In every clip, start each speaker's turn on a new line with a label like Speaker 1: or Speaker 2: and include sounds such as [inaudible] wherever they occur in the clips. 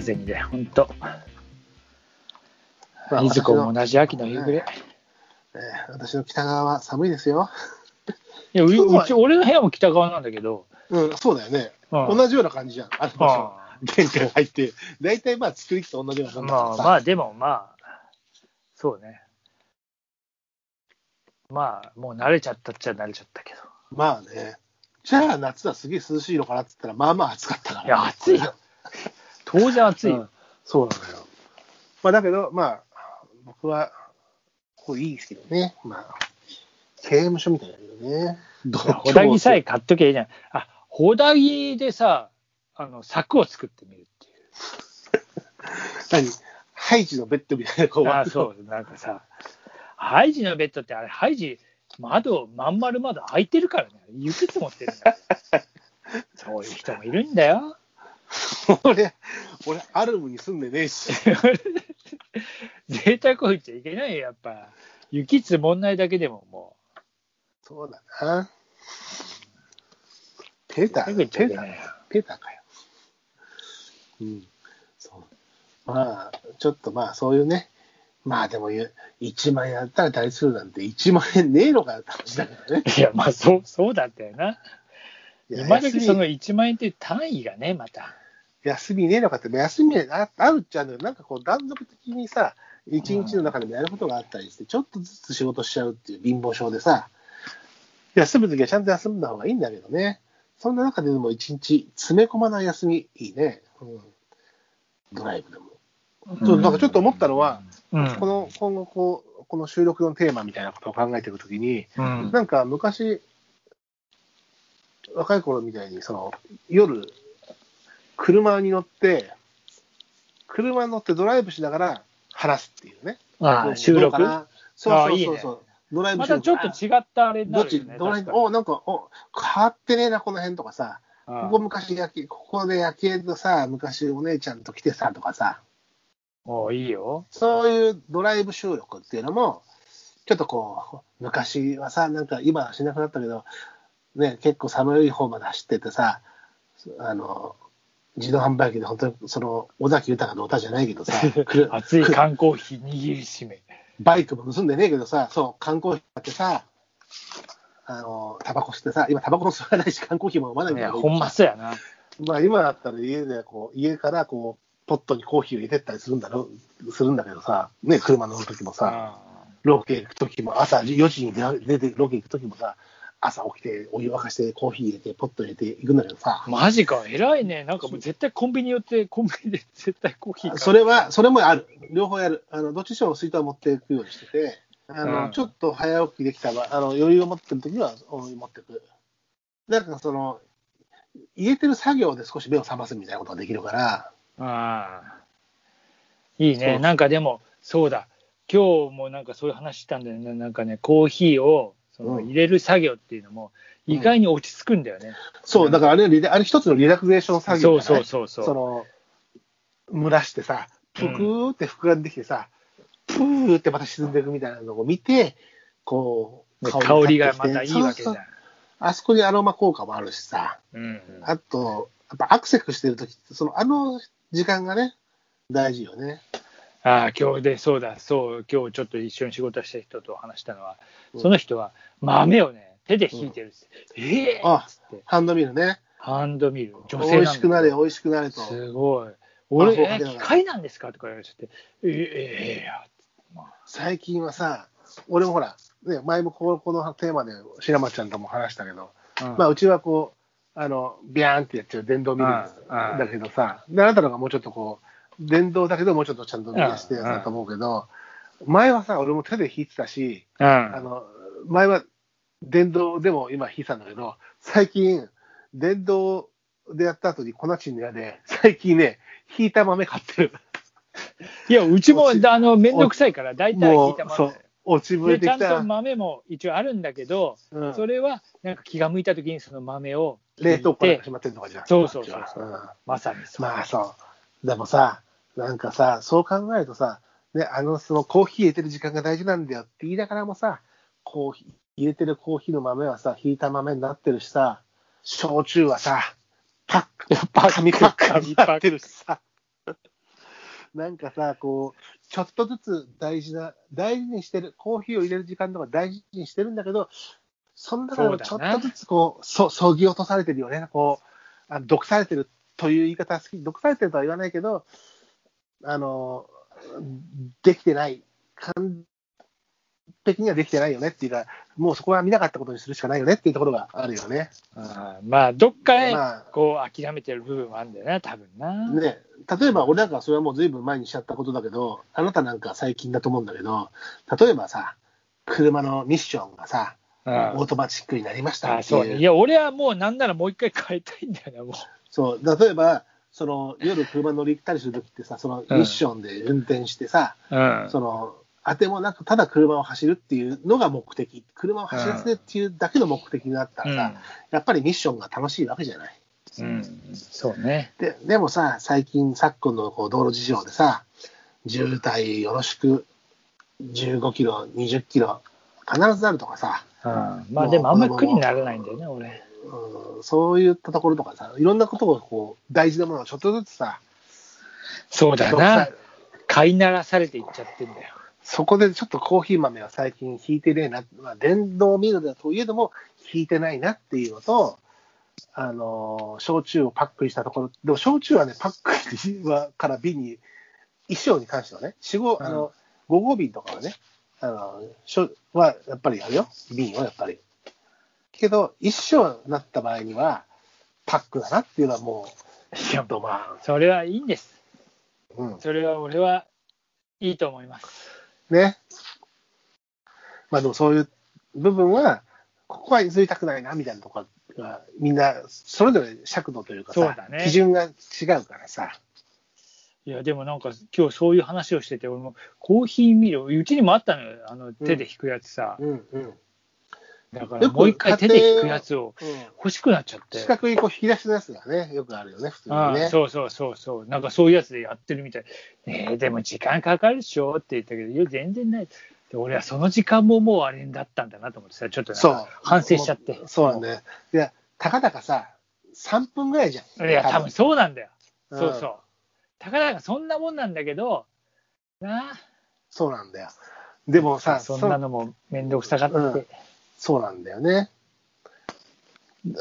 Speaker 1: すでにね、本当。みずこも同じ秋の夕暮れ。
Speaker 2: えー私の北側は寒いですよ。
Speaker 1: いや、う
Speaker 2: そう
Speaker 1: うち、俺の部屋も北側なんだけど。
Speaker 2: うん、そうだよね。
Speaker 1: うん
Speaker 2: 同じような感じじゃん。あの場所。
Speaker 1: あ
Speaker 2: 電気が入って、大体まあ作りと同じような
Speaker 1: あ
Speaker 2: もんだから
Speaker 1: まあ
Speaker 2: さ。
Speaker 1: まあ、でもまあ、そうね。まあ、もう慣れちゃったっちゃ慣れちゃったけど。
Speaker 2: まあね。じゃあ夏はすげえ涼しいのかなって言ったら、まあまあ暑かったから、
Speaker 1: いや、暑いよ。当然暑い
Speaker 2: うん
Speaker 1: よ。
Speaker 2: そうなのよ。まあだけど、まあ、僕は、こういいですけどね。まあ、刑務所みたいだけどね。ど
Speaker 1: いやホダギさえ買っときゃいいじゃん。あ、ホダギでさ、あの、柵を作ってみるっていう。
Speaker 2: 何ハイジのベッドみたいな、こう、
Speaker 1: あそう、なんかさ、ハイジのベッドって、あれ、ハイジ、窓、まん丸窓開いてるからね、雪積もってるんだよ。
Speaker 2: [laughs]
Speaker 1: そういう人もいるんだよ。
Speaker 2: 俺、俺、アルムに住んでねえし。
Speaker 1: 贅沢を言っちゃいけないよ、やっぱ。雪積もんないだけでもも
Speaker 2: そうだな。ペータ
Speaker 1: う、
Speaker 2: ー、
Speaker 1: 贅沢言
Speaker 2: ペ
Speaker 1: っ
Speaker 2: ー
Speaker 1: ちゃいけ
Speaker 2: タ
Speaker 1: ない
Speaker 2: ー
Speaker 1: よ、
Speaker 2: ペーターかよ。うん。そう。まあ、ちょっとまあ、そういうね。まあでもゆ、1万円やったら大するなんて、1万円ねえのかよって話だからね。
Speaker 1: いや、まあ、そう、そうだったよな。
Speaker 2: いや
Speaker 1: 今だけその
Speaker 2: 休
Speaker 1: 1万円っていう単位がね、また。
Speaker 2: み休みねえのかって、休みああるっちゃうんだけど、なんかこう断続的にさ、一日の中でもやることがあったりして、ちょっとずつ仕事しちゃうっていう貧乏症でさ、休むときはちゃんと休んだ方がいいんだけどね。そんな中でも一日詰め込まない休み、いいね。うん、ドライブでも。そうなんかちょっと思ったのは、
Speaker 1: うん、
Speaker 2: この、今後こう、この収録のテーマみたいなことを考えていくときに、
Speaker 1: うん、
Speaker 2: なんか昔、若い頃みたいに、その、夜、車に乗って、車に乗ってドライブしながら話すっていうね。
Speaker 1: ああ収録
Speaker 2: どうかなそう
Speaker 1: ああ
Speaker 2: そう
Speaker 1: いい
Speaker 2: そう
Speaker 1: ね
Speaker 2: そう。ドライブ
Speaker 1: ま
Speaker 2: 収録
Speaker 1: たちょっと違ったあれに
Speaker 2: ど
Speaker 1: な
Speaker 2: っ
Speaker 1: るよ
Speaker 2: ち、
Speaker 1: ね。
Speaker 2: ドラ
Speaker 1: 確
Speaker 2: イブ、
Speaker 1: かに
Speaker 2: おなんか、お変わってねえな、この辺とかさ、
Speaker 1: ああ
Speaker 2: ここ昔夜景、ここで夜景とさ、昔お姉ちゃんと来てさ、とかさ、
Speaker 1: おいいよ。
Speaker 2: そういうドライブ収録っていうのも、ちょっとこう、昔はさ、なんか今はしなくなったけど、ね、結構寒い方まで走っててさ、あの、自動販売機で本当にその、尾崎豊の歌じゃない
Speaker 1: [laughs]
Speaker 2: けどさ、くる
Speaker 1: 熱い缶コーヒー握りしめ。
Speaker 2: バイクも盗んでねえけどさ、そう、缶コーヒー買ってさ、あの、タバコ吸ってさ、今タバコも吸わないし、缶コーヒーも飲まないん
Speaker 1: い
Speaker 2: だ
Speaker 1: や、
Speaker 2: けど、
Speaker 1: ほんまそうやな。
Speaker 2: まあ今だったら家でこう、家からこう、ポットにコーヒーを入れてったりするんだろう、するんだけどさ、ね、車乗る時もさ、ロケ行く時も、朝4時に出て、ロケ行く時もさ、朝起きて、お湯沸かして、コーヒー入れて、ポット入れて行くんだけどさ、
Speaker 1: マジか、偉いね。なんかもう絶対コンビニ寄って、コンビニで絶対コーヒー買う
Speaker 2: それは、それもある。両方やる。あの、どっちにしても水筒を持っていくようにしてて、あの、
Speaker 1: うん
Speaker 2: ちょっと早起きできたら、あの、余裕を持ってる時は、お持ってく。だから、その、入れてる作業で少し目を覚ますみたいなことができるから、
Speaker 1: ああいい
Speaker 2: そ
Speaker 1: ね。
Speaker 2: う
Speaker 1: なんかでも、そうだ。今日もなんかそういう話したんだよね。なんかね、コーヒーをその
Speaker 2: うん
Speaker 1: 入れる作業っていうのも、意外に落ち着くんだよね。
Speaker 2: そう、だからあれリラ、あれ一つのリラクゼーション作業
Speaker 1: そう
Speaker 2: だから
Speaker 1: そ
Speaker 2: ね
Speaker 1: うそうそう。
Speaker 2: その、蒸らしてさ、ぷくーって膨らんできてさ、ぷーってまた沈んでいくみたいなのを見て、こう、
Speaker 1: ね香りが
Speaker 2: 立っ
Speaker 1: ま
Speaker 2: てきて
Speaker 1: たいいわけじゃ
Speaker 2: そうんそう。あそこにアロマ効果もあるしさ、
Speaker 1: うん
Speaker 2: あと、やっぱアクセスしてるときって、その、あの時間がね、大事よね。
Speaker 1: ああ今日でそうだそう今日ちょっと一緒に仕事した人と話したのは、
Speaker 2: うん
Speaker 1: その人は豆をね手で引いてるんです、ええ
Speaker 2: あ
Speaker 1: っつって
Speaker 2: ハンドミルね。
Speaker 1: ハンドミル女性
Speaker 2: 美
Speaker 1: なん
Speaker 2: 味
Speaker 1: だ
Speaker 2: しくなれ、美味しくなれと。
Speaker 1: すごい
Speaker 2: あ
Speaker 1: 俺
Speaker 2: そう
Speaker 1: え
Speaker 2: か
Speaker 1: ー機械なんですかとか言われちゃってええええや
Speaker 2: 最近はさ、俺もほら、ね、前もここのテーマで白松ちゃんとも話したけど、
Speaker 1: うん
Speaker 2: まあ、うちはこう、あの、ビャーンってやっちゃう電動ミルです
Speaker 1: うんうん
Speaker 2: だけどさ、であなたのがもうちょっとこう、電動だけどもうちょっとちゃんとミルして
Speaker 1: う
Speaker 2: や
Speaker 1: ん
Speaker 2: ったと思うけど、前はさ、俺も手で引いてたし、
Speaker 1: うん
Speaker 2: あの、前は電動でも今引いてたんだけど、最近、電動でやった後に粉チンのやで、最近ね、引いた豆買ってる。
Speaker 1: いやうちも
Speaker 2: 落ち
Speaker 1: あの面倒くさいから大体聞
Speaker 2: も
Speaker 1: いた
Speaker 2: う、
Speaker 1: ま
Speaker 2: そう、落ちぶ
Speaker 1: ま
Speaker 2: れ
Speaker 1: で
Speaker 2: て
Speaker 1: ちゃ
Speaker 2: き
Speaker 1: ん
Speaker 2: た
Speaker 1: と。豆も一応あるんだけど、
Speaker 2: うん
Speaker 1: それはなんか気が向いた時にその豆を引いて
Speaker 2: 冷凍庫からしまってるとかじゃん。
Speaker 1: そうそうそうそうんまさにそう、
Speaker 2: まあそう。でもさ、なんかさ、そう考えるとさ、ね、あの、そのコーヒー入れてる時間が大事なんだよって言いながらもさ、コーヒー、入れてるコーヒーの豆はさ、ひいた豆になってるしさ、焼酎はさ、パック、パック、紙パックになってるしさ、なんかさ、こう、ちょっとずつ大事な、大事にしてる、コーヒーを入れる時間とか大事にしてるんだけど、その中でもちょ
Speaker 1: そう
Speaker 2: っ
Speaker 1: だな
Speaker 2: とずつこう、そ、そぎ落とされてるよね。こう、あ毒されてるという言い方は好き、毒されてるとは言わないけど、あの、できてない。完璧にはできてないよねっていうか、もうそこは見なかったことにするしかないよねっていうところがあるよね。
Speaker 1: あーまあ、どっかへ、
Speaker 2: まあ
Speaker 1: こう、諦めてる部分はあるんだよな、多分な。
Speaker 2: ね、例えば俺なんかはそれはもうずいぶん前にしちゃったことだけど、あなたなんか最近だと思うんだけど、例えばさ、車のミッションがさ、
Speaker 1: う
Speaker 2: オ
Speaker 1: ん
Speaker 2: ートマチックになりまし
Speaker 1: あ
Speaker 2: たってい。
Speaker 1: そううね。いや、俺はもうなんならもう一回変えたいんだよな、も
Speaker 2: そう例えば、その夜車乗り行ったりするときってさ、そのミッションで運転してさ、
Speaker 1: う。うん。
Speaker 2: その、当てもなくただ車を走るっていうのが目的、車を走らせるっていうだけの目的だったらさ、やっぱりミッションが楽しいわけじゃない。
Speaker 1: うん。うんそうね。
Speaker 2: ででもさ、最近、昨今のこう道路事情でさ、渋滞よろしく、15キロ、20キロ、必ずあるとかさ、
Speaker 1: うんまあ、でもあんまり苦にならないんだよね、俺。
Speaker 2: うん、そういったところとかさ、いろんなことをこう大事なものをちょっとずつさ、
Speaker 1: そうだ
Speaker 2: 独
Speaker 1: な
Speaker 2: 裁。
Speaker 1: 飼いならされていっちゃってんだよ。
Speaker 2: そこでちょっとコーヒー豆は最近引いてねえな、まあ、電動ミルだといえども、引いてないなっていうのと、あのー焼酎をパックにしたところ、でも焼酎はね、パックにはから瓶に、衣装に関してはね、四五、あの、五合瓶とかはね、あの、しょはやっぱりあれよ、瓶はやっぱり。けど、一升になった場合には、パックだなっていうのはもう、
Speaker 1: いや
Speaker 2: ドバ
Speaker 1: それはいいんです。
Speaker 2: ーン。うん。
Speaker 1: それは俺はいいと思います。
Speaker 2: ね。まあでもそういう部分は、ここは譲りたくないな、みたいなとこが、みんな、それぞれ尺度というかさ、
Speaker 1: そうだね
Speaker 2: 基準が違うからさ。
Speaker 1: いや、でもなんか今日そういう話をしてて、俺もコーヒーミル、うちにもあったのよ、あの手で引くやつさ。
Speaker 2: うんうん。
Speaker 1: だか
Speaker 2: よ
Speaker 1: ら
Speaker 2: く
Speaker 1: もう一回手で引くやつを
Speaker 2: うん
Speaker 1: 欲しくなっちゃって。
Speaker 2: 四角いこう引き出しのやつがね、よくあるよね、普通に
Speaker 1: あ
Speaker 2: ね。
Speaker 1: あそうそうそうそう、なんかそういうやつでやってるみたい、えーでも時間かかるでしょって言ったけど、いや、全然ないで、俺はその時間ももうあれになったんだなと思ってさ、ちょっとなん
Speaker 2: そ
Speaker 1: か
Speaker 2: う
Speaker 1: 反省しちゃって、
Speaker 2: そうなんだよ。いや、たかだかさ、3分ぐらいじゃん。
Speaker 1: いや、多分そうなんだよ、
Speaker 2: うん
Speaker 1: そうそう、たかだかそんなもんなんだけど、なあ、
Speaker 2: そうなんだよ。でもさ、
Speaker 1: そんなのも面倒くさがって、
Speaker 2: うんそうなんだよね。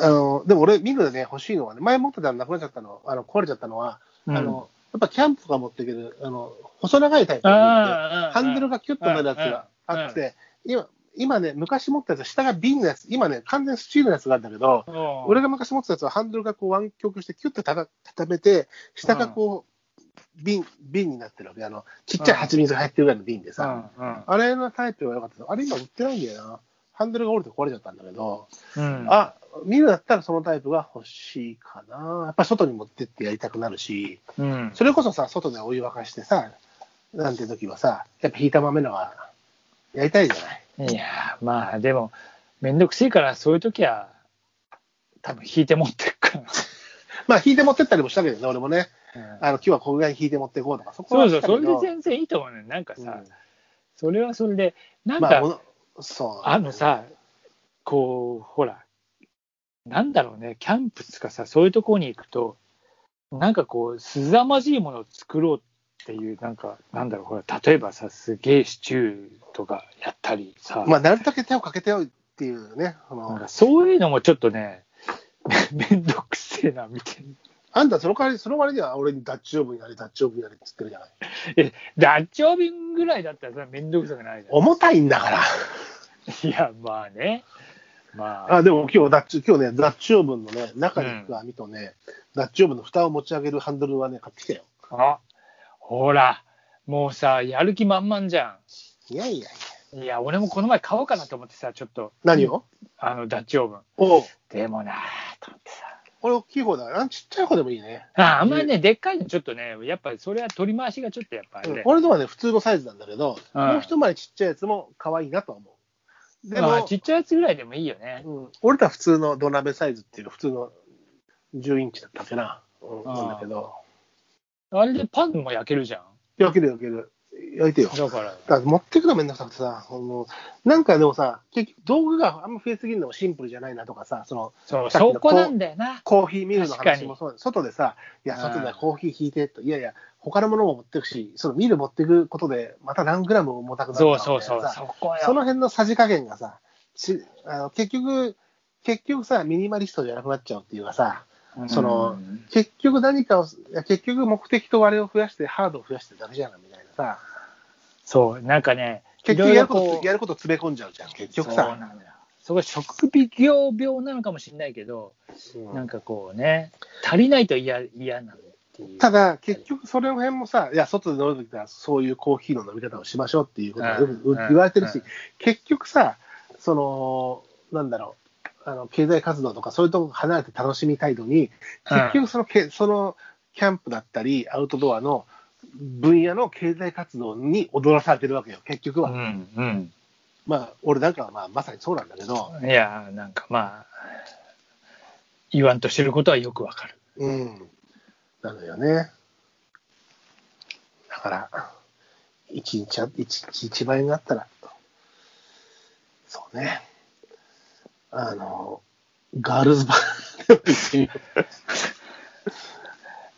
Speaker 2: あの、でも俺、ミグでね、欲しいのはね、前持ってたのなくなっちゃったの、あの、壊れちゃったのは、
Speaker 1: うん
Speaker 2: あの、やっぱキャンプとか持ってくる、あの、細長いタイプのミグで
Speaker 1: ああ
Speaker 2: ハンドルがキュッとなるやつがあって、今、今ね、昔持ったやつ、下が瓶のやつ、今ね、完全スチールのやつがあるんだけど、俺
Speaker 1: 俺が、
Speaker 2: が昔持ってたやつはハンドルがこう湾曲してキュッとたた畳めて、下がこう、瓶、瓶になってるわけ。あの、ちっちゃい蜂蜜が入ってるぐらいの瓶で
Speaker 1: う
Speaker 2: さ、
Speaker 1: んうん
Speaker 2: あれのタイプは良かったですあれ今売ってないんだよな。ハンドルが折れて壊れちゃったんだけど、
Speaker 1: うん、
Speaker 2: あ、見るだったらそのタイプが欲しいかな。やっぱ外に持ってってやりたくなるし、
Speaker 1: うん、
Speaker 2: それこそさ、外でお湯沸かしてさ、なんていう時はさ、やっぱ引いた豆のはやりたいじゃない。
Speaker 1: いやーまあでも面倒くせえからそういう時は多分引いて持ってくか
Speaker 2: まあ引いて持ってったりもしたけどね、俺もね、
Speaker 1: ら、
Speaker 2: あの、今日はこのぐらいに引いて持っていこうとか、そこ
Speaker 1: そ
Speaker 2: は
Speaker 1: うそう
Speaker 2: したけ
Speaker 1: そ
Speaker 2: ど
Speaker 1: れで全然いいと思うねなんかさ、
Speaker 2: うん
Speaker 1: それはそれでなん
Speaker 2: まあ
Speaker 1: か、
Speaker 2: もの、そう。
Speaker 1: あ、の、さこうほらなんだろうねキャンプとかさそういうところに行くとなんかこうすざまじいものを作ろうっていうなんかなんだろうほら例えばさすげえシチューとかやったりさ、
Speaker 2: まあなるだけ手をかけてよっていうね、そ
Speaker 1: なん
Speaker 2: の
Speaker 1: かそういうのもちょっとね [laughs] 面倒くせえなみたいな。
Speaker 2: あんたその代わり、その割には俺にダッチオーブンやれ、ダッチオーブンやれって言ってるじゃない。
Speaker 1: え、ダッチョウ便ぐらいだったらさ、めんどくさくないじゃ
Speaker 2: 重たいんだから。
Speaker 1: ん。いや、まあね。まあ。
Speaker 2: あ、でも今日ダッチ、今日ね、ダッチオーブンのね、中に行く網とね、ダッチオーブンの蓋を持ち上げるハンドルはね、買ってきたよ。
Speaker 1: あほら、もうさ、やる気満々じゃ
Speaker 2: いやいやいや。
Speaker 1: ん。いや、俺もこの前買おうかなと思ってさ、ちょっと、
Speaker 2: 何を、
Speaker 1: あの、ダッチオーブン。
Speaker 2: おう
Speaker 1: でもなあと思ってさ。
Speaker 2: これ大きい方だから、あちっちゃい方でもいいね。
Speaker 1: ああんまりね、でっかいのちょっとね、やっぱりそれは取り回しがちょっとやっぱあれで。
Speaker 2: 俺のはね、普通のサイズなんだけど、
Speaker 1: うん
Speaker 2: もう一回りちっちゃいやつも可愛いなとは思う。で
Speaker 1: まあ
Speaker 2: も、
Speaker 1: ちっちゃいやつぐらいでもいいよね。
Speaker 2: うん、俺ら普通の土鍋サイズっていうか、普通の10インチだったっけな。うん、
Speaker 1: あ
Speaker 2: な
Speaker 1: ー
Speaker 2: んだけど。
Speaker 1: あれでパンも焼けるじゃん。
Speaker 2: 焼ける焼ける。焼いてよ。
Speaker 1: だから、
Speaker 2: だから持ってくのめんどくさくてさ、このなんかでもさ、結局道具があんま増えすぎるのもシンプルじゃないなとかさ、その
Speaker 1: そう、
Speaker 2: さっきの
Speaker 1: 証拠なんだよな。
Speaker 2: コーヒーミルの
Speaker 1: 確か
Speaker 2: 話
Speaker 1: に
Speaker 2: もそうだ外でさ、いや、
Speaker 1: うん
Speaker 2: 外でコーヒー引いてと、いやいや、他のものも持ってくし、そのミル持ってくことで、また何グラム重たくなる
Speaker 1: そう
Speaker 2: とか
Speaker 1: そう
Speaker 2: みた
Speaker 1: そ、
Speaker 2: いうなさ
Speaker 1: そこよ。
Speaker 2: その辺のさじ加減がさ、ちあの結局、結局さ、ミニマリストじゃなくなっちゃうっていうかさ、その
Speaker 1: うん
Speaker 2: 結局何かを、いや結局目的と割れを増やして、ハードを増やしてるだけじゃんみたいなさ、
Speaker 1: そう、なんかね、
Speaker 2: 結局やるこ
Speaker 1: いろいろ
Speaker 2: と
Speaker 1: こう
Speaker 2: やること詰め込んじゃうじゃん、結局
Speaker 1: そう
Speaker 2: さ。
Speaker 1: なんだよ。そこ職業病なのかもしれないけど、
Speaker 2: うん
Speaker 1: なんかこうね、足りないと嫌嫌なんっていう。
Speaker 2: ただ、結局それの辺もさ、いや、外で飲むときはそういうコーヒーの飲み方をしましょうっていうことがよ
Speaker 1: う
Speaker 2: く
Speaker 1: んうん
Speaker 2: 言われてる
Speaker 1: う
Speaker 2: し
Speaker 1: ん、
Speaker 2: 結局さ、その、なんだろう、あの経済活動とかそういうとこ離れて楽しみたいのに、結局そのけ、そのキャンプだったり、アウトドアの分野の経済活動に踊らされてるわけよ、結局
Speaker 1: う
Speaker 2: は。
Speaker 1: ん、
Speaker 2: まあ、俺なんかはまあまさにそうなんだけど、
Speaker 1: うん。いや、なんかまあ、言わんとしてることはよくわかる。
Speaker 2: うん。なのよね。だから、一日あ、一日一倍になったら、そうね。あの、ガールズバーでも行って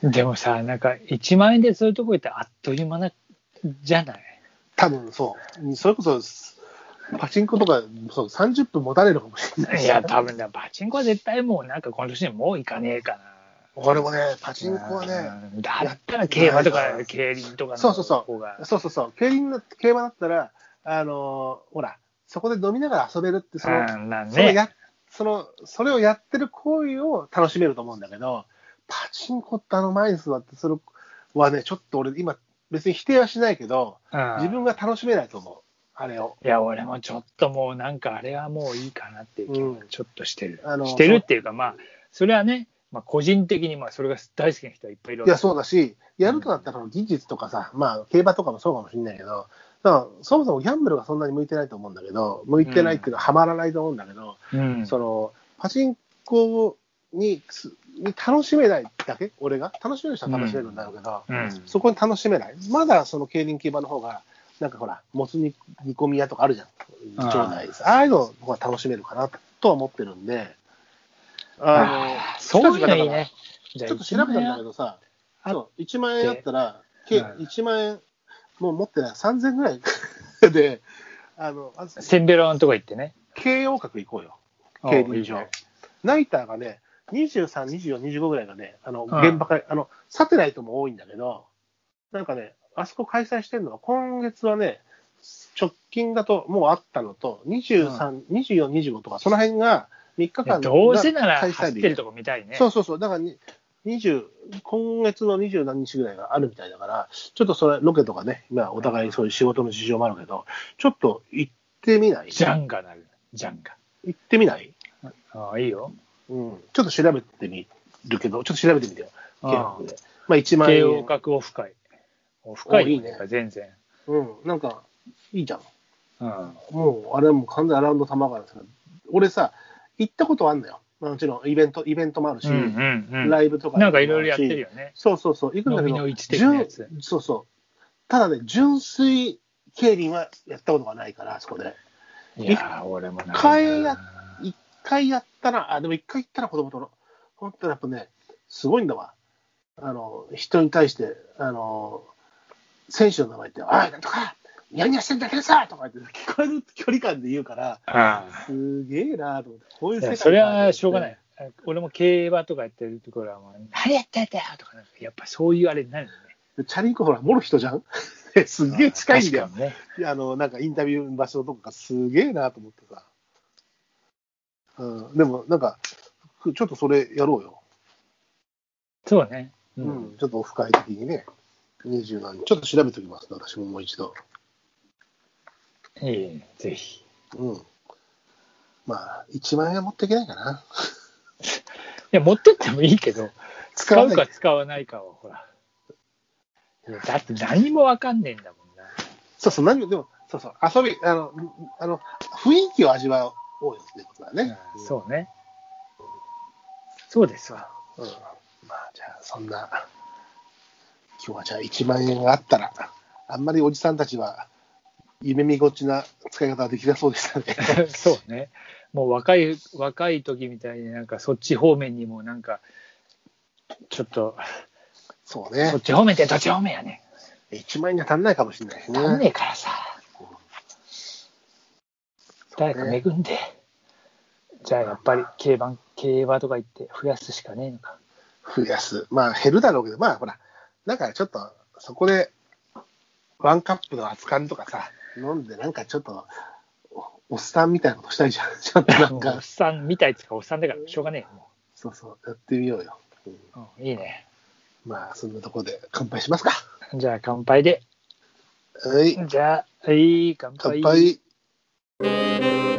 Speaker 2: みよ
Speaker 1: でもさ、なんか1万円でそういうとこ行ってあっという間な、じゃない。
Speaker 2: う多分そう。それこそ、パチンコとか、そう、30分持たれるかもしれない。
Speaker 1: いや、多分ね、パチンコは絶対もうなんかこの年にもう行かねえかな。
Speaker 2: 俺もね、パチンコはね、
Speaker 1: うんだったら競馬と
Speaker 2: や
Speaker 1: か
Speaker 2: っ
Speaker 1: 競輪とかの
Speaker 2: そうそうそう
Speaker 1: 方が
Speaker 2: そうそうそう、競輪の、競馬だったら、あの、ほら、そこで飲みながら遊べるって、その、
Speaker 1: うんなん
Speaker 2: その
Speaker 1: ね
Speaker 2: やそのそれをやってる行為を楽しめると思うんだけど、パチンコってあの前に座ってするはね、ちょっと俺、今、別に否定はしないけど、
Speaker 1: うん
Speaker 2: 自分が楽しめないと思う、あれを。
Speaker 1: いや、俺もちょっともうなんかあれはもういいかなっていう気
Speaker 2: う
Speaker 1: が
Speaker 2: ん
Speaker 1: ちょっとしてる。
Speaker 2: あの
Speaker 1: してるっていうか、まあ、それはね、まあ、個人的にまあそれが大好きな人はいっぱいいるわ
Speaker 2: い
Speaker 1: け
Speaker 2: や、そうだし、やるとなったら、技術とかさ、まあ、競馬とかもそうかもしれないけど、だからそもそもギャンブルがそんなに向いてないと思うんだけど、向いてないっていうのは、はまらないと思うんだけど、
Speaker 1: うん、
Speaker 2: そのパチンコにすに楽しめないだけ、俺が、楽しめる人は楽しめるんだろうけど、
Speaker 1: うん
Speaker 2: そこに楽しめない。まだその競輪競馬の方が、なんかほら、もつ煮込み屋とかあるじゃん。
Speaker 1: あー
Speaker 2: 町内です。ああいうのの方が楽しめるかなとは思ってるんで。
Speaker 1: あーそういうのいいね。。
Speaker 2: 近
Speaker 1: じ
Speaker 2: 々だからちょっと調べたんだけどさ、
Speaker 1: あ
Speaker 2: そう、1万円だったら、計
Speaker 1: うん
Speaker 2: 1万円、もう持ってない、3000ぐら
Speaker 1: [laughs]
Speaker 2: いで、あの、あ
Speaker 1: センベロのとこ行ってね。
Speaker 2: 慶応閣行こうよ。
Speaker 1: お
Speaker 2: 競輪
Speaker 1: いい
Speaker 2: 場
Speaker 1: ね。
Speaker 2: ナイターがね、23、24、25ぐらいがね、あの、
Speaker 1: うん
Speaker 2: 現場から、あの、サテライトも多いんだけど、なんかね、あそこ開催してるのは、今月はね、直近だともうあったのと、23、24、25とか、その辺が3日
Speaker 1: いや
Speaker 2: 間
Speaker 1: どうせなら
Speaker 2: 開催
Speaker 1: 走って
Speaker 2: 日
Speaker 1: る。とこ見たいね。
Speaker 2: そうそうそう、だからに20、今月の20何日ぐらいがあるみたいだから、ちょっとそれ、ロケとかね、今お互いそういう仕事の事情もあるけど、ちょっと行ってみない
Speaker 1: ジャンガなる。ジャンガ。
Speaker 2: 行ってみない
Speaker 1: ああ、いいよ。
Speaker 2: うんちょっと調べてみるけど、ちょっと調べてみてよ。
Speaker 1: うん
Speaker 2: 契約で。まあ1万
Speaker 1: 慶応
Speaker 2: 円。
Speaker 1: 学オフ会。オフ会
Speaker 2: おいいね
Speaker 1: 全然。
Speaker 2: うん、なんか、いいじゃん。
Speaker 1: うん。
Speaker 2: もう、あれもう完全にアラウンド玉川ですから。俺さ、行ったことあんだよ。まあもちろん、イベント、イベントもあるし、
Speaker 1: うんうん
Speaker 2: ライブとか。
Speaker 1: なんかいろいろやってる。よね。
Speaker 2: そうそうそう、行くんだけ
Speaker 1: 飲
Speaker 2: ど。
Speaker 1: みの市的なやつ
Speaker 2: 純そうそう。ただね、純粋競輪はやったことがないから、あそこで。
Speaker 1: いやー、俺もなんか
Speaker 2: 替えや一回やったら、あ、でも一回行ったら子供との、思ったらやっぱね、すごいんだわ。あの、人に対して、あの、選手の名前って、あい、なんとか、ニャンニャンしてるだけでさとか言って、聞こえる距離感で言うから、
Speaker 1: ああ
Speaker 2: すげえなと思って、こういう
Speaker 1: いや
Speaker 2: 世界
Speaker 1: それはしょうがな
Speaker 2: が
Speaker 1: い。俺も競馬とかやってるところはもう、何やってんだよとか、なんかやっぱそういうあれになるよね。
Speaker 2: ある。チャリンコほら、もろ人じゃん [laughs] すげえ近いんだよ
Speaker 1: 確。かにね。
Speaker 2: いやあの、なんかインタビューの場所とかがすげえなと思ってさ。うん、でも、なんか、ふちょっとそれやろうよ。
Speaker 1: そうね。う。
Speaker 2: うんん、ちょっとオフ会的にね、20何、ちょっと調べておきます、私ももう一度。
Speaker 1: いいね、ぜひ。
Speaker 2: うん。まあ、1万円は持っていけないかな。
Speaker 1: いや、持ってってもいいけど、
Speaker 2: 使
Speaker 1: 使
Speaker 2: わ
Speaker 1: う
Speaker 2: な
Speaker 1: か
Speaker 2: い。
Speaker 1: 使わないかは、ほら。いやだって何もわかんねえんだもんな。
Speaker 2: そうそう、何も、でも、そうそう、遊び、あの、あの雰囲気を味わおうよってことだね。
Speaker 1: うんそうね。そうです
Speaker 2: [laughs]
Speaker 1: わ。
Speaker 2: うん。まあ、じゃあ、そんな、今日はじゃあ1万円があったら、あんまりおじさんたちは、夢見ごっちな使い方ができなそうで [laughs] したね。
Speaker 1: そうね。もう若い、若い時みたいになんかそっち方面にもなんか、ちょっと、
Speaker 2: そう
Speaker 1: そ
Speaker 2: ね
Speaker 1: っ。ち方面ってどっち方面やね
Speaker 2: 1万円には足んないかもしれないし
Speaker 1: ん。
Speaker 2: ね。
Speaker 1: なんねえからさ、誰か恵んで。じゃあやっぱり競馬、競馬とか行って増やすしかねえのか。
Speaker 2: 増やす。まあ減るだろうけど、まあほら、なんかちょっと、そこで、ワンカップの熱燗とかさ、飲んで、なんかちょっと、おおっさんみたいなことしたいじゃん。 [laughs] ちょっとなん
Speaker 1: もうお
Speaker 2: か
Speaker 1: っ、さんみたいっつうか、おっさんだから、しょうがねえよも
Speaker 2: そうそう、やってみようよ。うん
Speaker 1: う。うん、いいね。
Speaker 2: まあ、そんなとこで乾杯しますか。
Speaker 1: じゃあ乾杯で。
Speaker 2: はい、
Speaker 1: じゃあ、はい、乾
Speaker 2: 乾
Speaker 1: 杯。
Speaker 2: 杯。